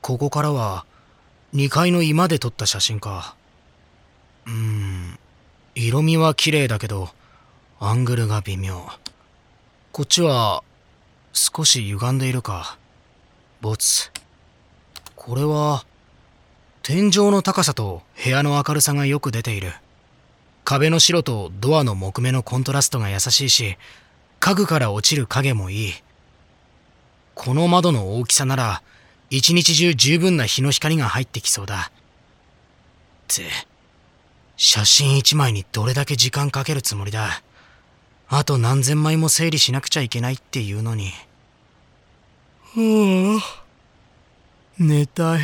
ここからは2階の居間で撮った写真かうーん色味は綺麗だけどアングルが微妙こっちは少し歪んでいるか没これは天井の高さと部屋の明るさがよく出ている壁の白とドアの木目のコントラストが優しいし家具から落ちる影もいいこの窓の大きさなら一日中十分な日の光が入ってきそうだって写真一枚にどれだけ時間かけるつもりだあと何千枚も整理しなくちゃいけないっていうのにうう寝たい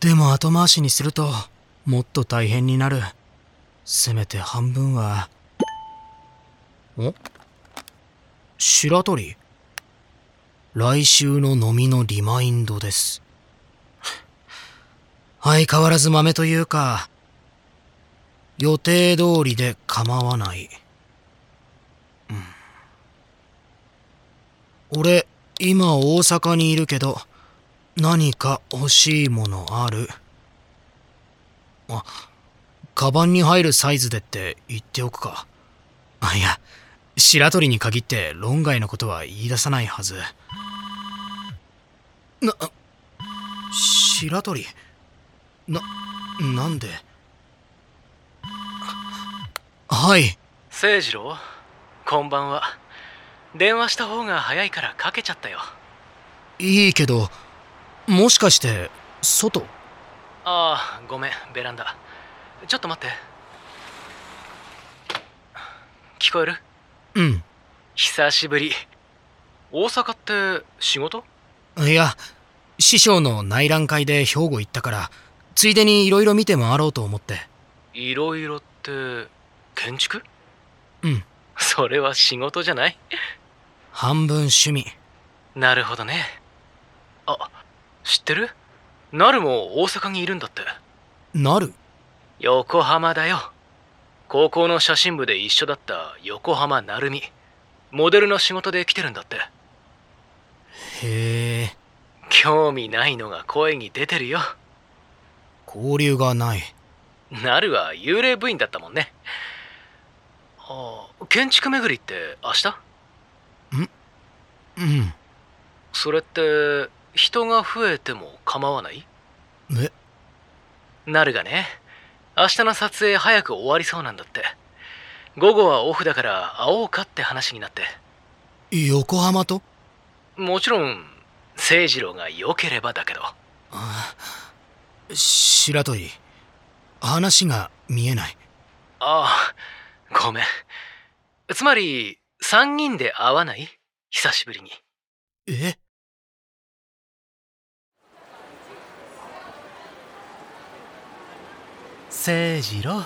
でも後回しにするともっと大変になるせめて半分はお白鳥来週の飲みのリマインドです相変わらず豆というか予定通りで構わない、うん、俺今大阪にいるけど何か欲しいものあるあカバンに入るサイズでって言っておくかあいや白鳥に限って論外のことは言い出さないはずな白鳥ななんではい誠二郎こんばんは電話した方が早いからかけちゃったよいいけどもしかして外ああごめんベランダちょっと待って聞こえるうん久しぶり大阪って仕事いや師匠の内覧会で兵庫行ったからついでにいろいろ見て回ろうと思っていろいろって建築うんそれは仕事じゃない半分趣味なるほどねあ知ってるなるも大阪にいるんだってなる横浜だよ高校の写真部で一緒だった横浜成美モデルの仕事で来てるんだってへえ興味ないのが声に出てるよ交流がないなるは幽霊部員だったもんねああ建築巡りって明日うんそれって人が増えても構わないえなるがね明日の撮影早く終わりそうなんだって午後はオフだから会おうかって話になって横浜ともちろん誠二郎が良ければだけどああ白鳥話が見えないああごめんつまり3人で会わない久しぶりにえ誠二郎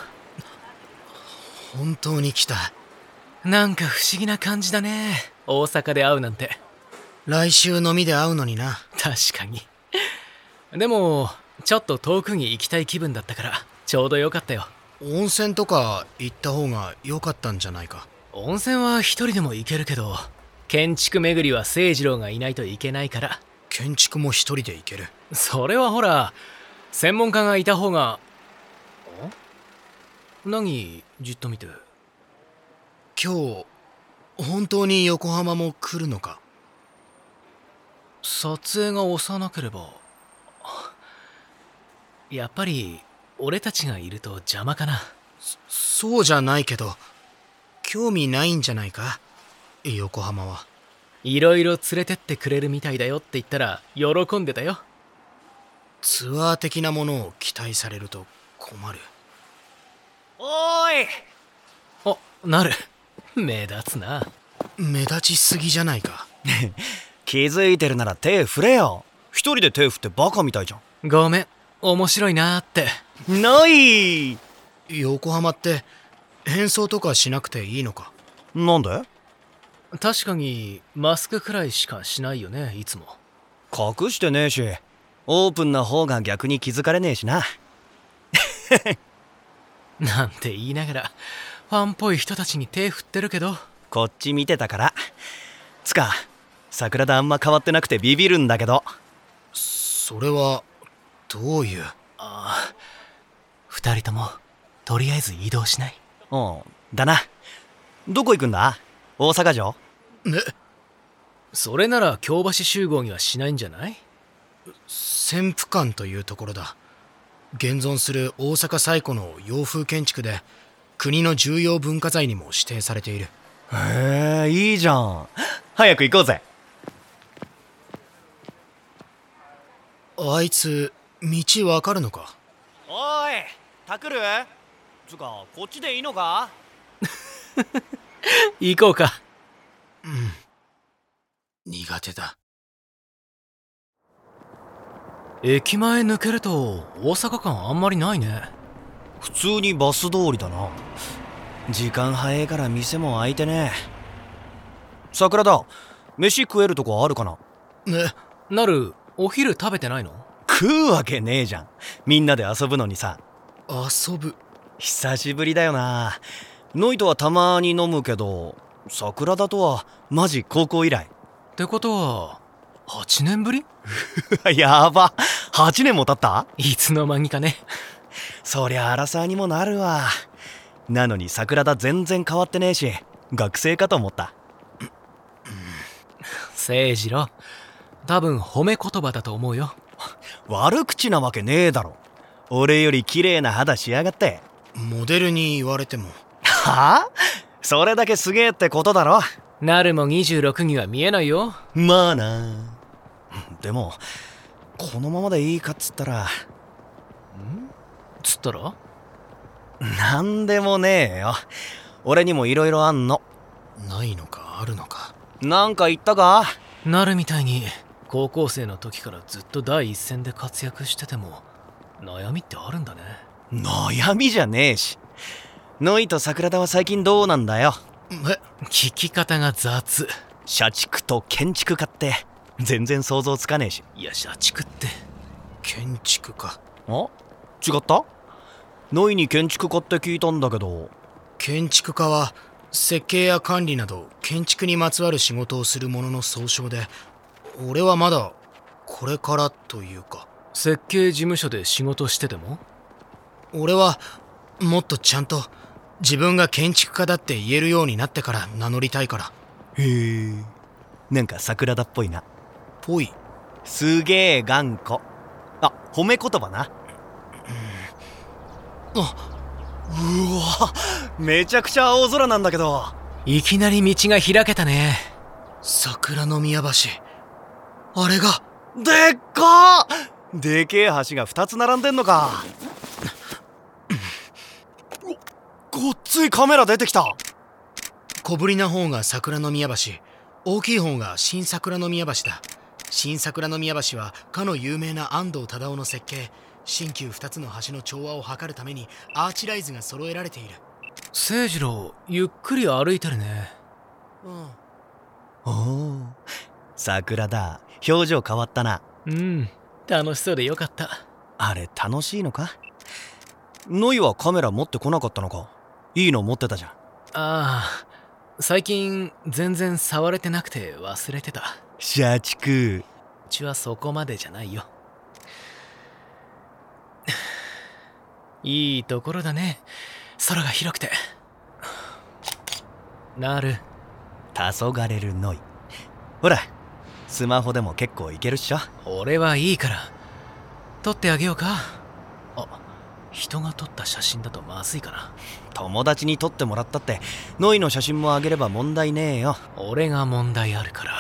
本当に来たなんか不思議な感じだね大阪で会うなんて来週のみで会うのにな確かにでもちょっと遠くに行きたい気分だったからちょうどよかったよ温泉とか行った方が良かったんじゃないか温泉は一人でも行けるけど建築巡りは誠二郎がいないといけないから建築も一人で行けるそれはほら専門家がいた方がん何じっと見て今日本当に横浜も来るのか撮影が幼ければやっぱり俺たちがいると邪魔かなそうじゃないけど興味ないんじゃないか横浜はいろいろ連れてってくれるみたいだよって言ったら喜んでたよツアー的なものを期待されると困るおーいあなる目立つな目立ちすぎじゃないか気づいてるなら手振れよ一人で手振ってバカみたいじゃごめん面白いなーってんない横浜って変装とかしなくていいのかなんで確かにマスクくらいしかしないよねいつも隠してねえしオープンな方が逆に気づかれねえしな なんて言いながらファンっぽい人たちに手振ってるけどこっち見てたからつか桜田あんま変わってなくてビビるんだけどそれはどういうああ二人ともとりあえず移動しないうんだなどこ行くんだ大阪城それなら京橋集合にはしないんじゃない潜伏館というところだ現存する大阪最古の洋風建築で国の重要文化財にも指定されているへえいいじゃん早く行こうぜあいつ道わかるのかおいタクルつうかこっちでいいのか 行こうかうん苦手だ駅前抜けると大阪間あんまりないね普通にバス通りだな時間早いから店も開いてね桜だ飯食えるとこあるかなえなるお昼食べてないの食うわけねえじゃんみんなで遊ぶのにさ遊ぶ久しぶりだよなノイとはたまに飲むけど桜田とはマジ高校以来ってことは8年ぶり やば8年も経ったいつの間にかねそりゃ荒沢にもなるわなのに桜田全然変わってねえし学生かと思った誠次郎多分褒め言葉だと思うよ悪口なわけねえだろ俺より綺麗な肌しやがってモデルに言われてもはあそれだけすげえってことだろなるも26には見えないよまあなでもこのままでいいかっつったらつったらなんでもねえよ俺にも色々あんのないのかあるのかなんか言ったかなるみたいに高校生の時からずっと第一線で活躍してても悩みってあるんだね悩みじゃねえしノイと桜田は最近どうなんだよえ聞き方が雑社畜と建築家って全然想像つかねえしいや社畜って建築かあ違ったノイに建築家って聞いたんだけど建築家は設計や管理など建築にまつわる仕事をするものの総称で俺はまだこれからというか設計事務所で仕事してても俺はもっとちゃんと自分が建築家だって言えるようになってから名乗りたいからへえなんか桜田っぽいなぽいすげえ頑固あ褒め言葉なあうわめちゃくちゃ青空なんだけどいきなり道が開けたね桜の宮橋あれがでっかーでけえ橋が2つ並んでんのかおごっついカメラ出てきた小ぶりな方が桜の宮橋大きい方が新桜の宮橋だ新桜の宮橋はかの有名な安藤忠雄の設計新旧2つの橋の調和を図るためにアーチライズが揃えられている誠次郎ゆっくり歩いてるねうんおお桜だ表情変わったなうん楽しそうでよかったあれ楽しいのかノイはカメラ持ってこなかったのかいいの持ってたじゃんああ最近全然触れてなくて忘れてた社う畜ちはそこまでじゃないよ いいところだね空が広くてなる黄昏るノイほらスマホでも結構いけるっしょ俺はいいから撮ってあげようかあ人が撮った写真だとまずいかな友達に撮ってもらったってノイの写真もあげれば問題ねえよ俺が問題あるから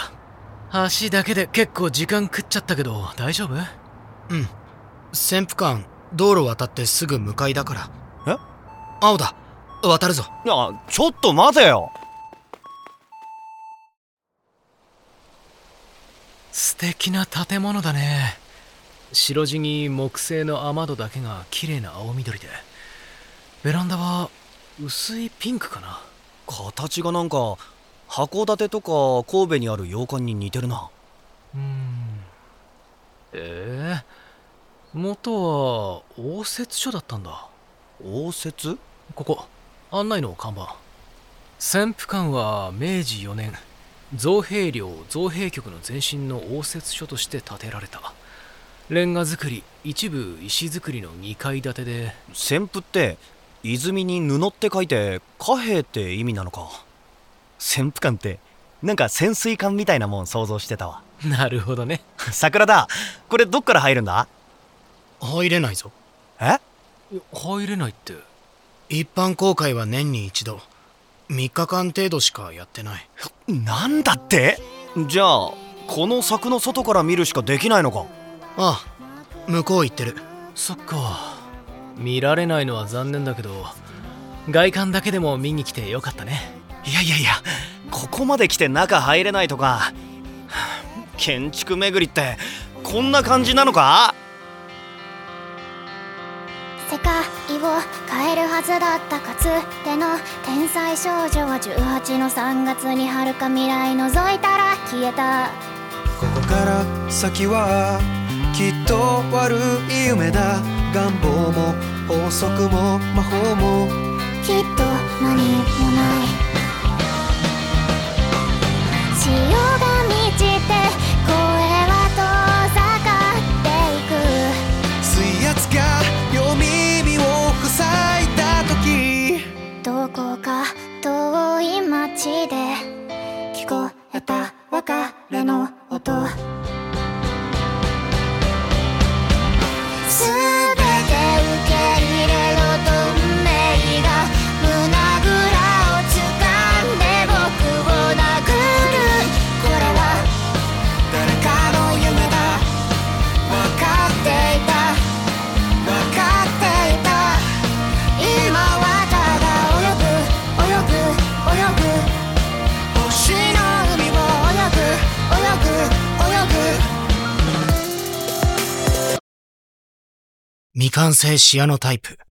足だけで結構時間食っちゃったけど大丈夫うん潜伏艦道路渡ってすぐ向かいだからえ青だ渡るぞあちょっと待てよ素敵な建物だね白地に木製の雨戸だけが綺麗な青緑でベランダは薄いピンクかな形がなんか函館とか神戸にある洋館に似てるなうーんええ元は応接所だったんだ応接ここ案内の看板潜伏館は明治4年造幣領造幣局の前身の応接所として建てられたレンガ造り一部石造りの2階建てで旋風って泉に布って書いて貨幣って意味なのか潜伏艦ってなんか潜水艦みたいなもん想像してたわ なるほどね桜だこれどっから入るんだ入れないぞえ入れないって一般公開は年に一度3日間程度しかやってないなんだってじゃあこの柵の外から見るしかできないのかああ向こう行ってるそっか見られないのは残念だけど外観だけでも見に来てよかったねいやいやいやここまで来て中入れないとか はあ建築巡りってこんな感じなのか世界を変えるはずだったかつての天才少女は18の3月に遥か未来覗いたら消えたここから先はきっと悪い夢だ願望も法則も魔法もきっと何もない潮が満ちて声は遠ざかっていく水圧が両耳を塞いだ時どこか遠い街で聞こえた別れの音すべて受け入れろと運命が胸ぐらを掴んで僕を殴るこれは誰かの夢だ分かっていた分かっていた今はただ泳ぐ泳ぐ泳ぐ星の海を泳ぐ泳ぐ泳ぐ未完成シアノタイプ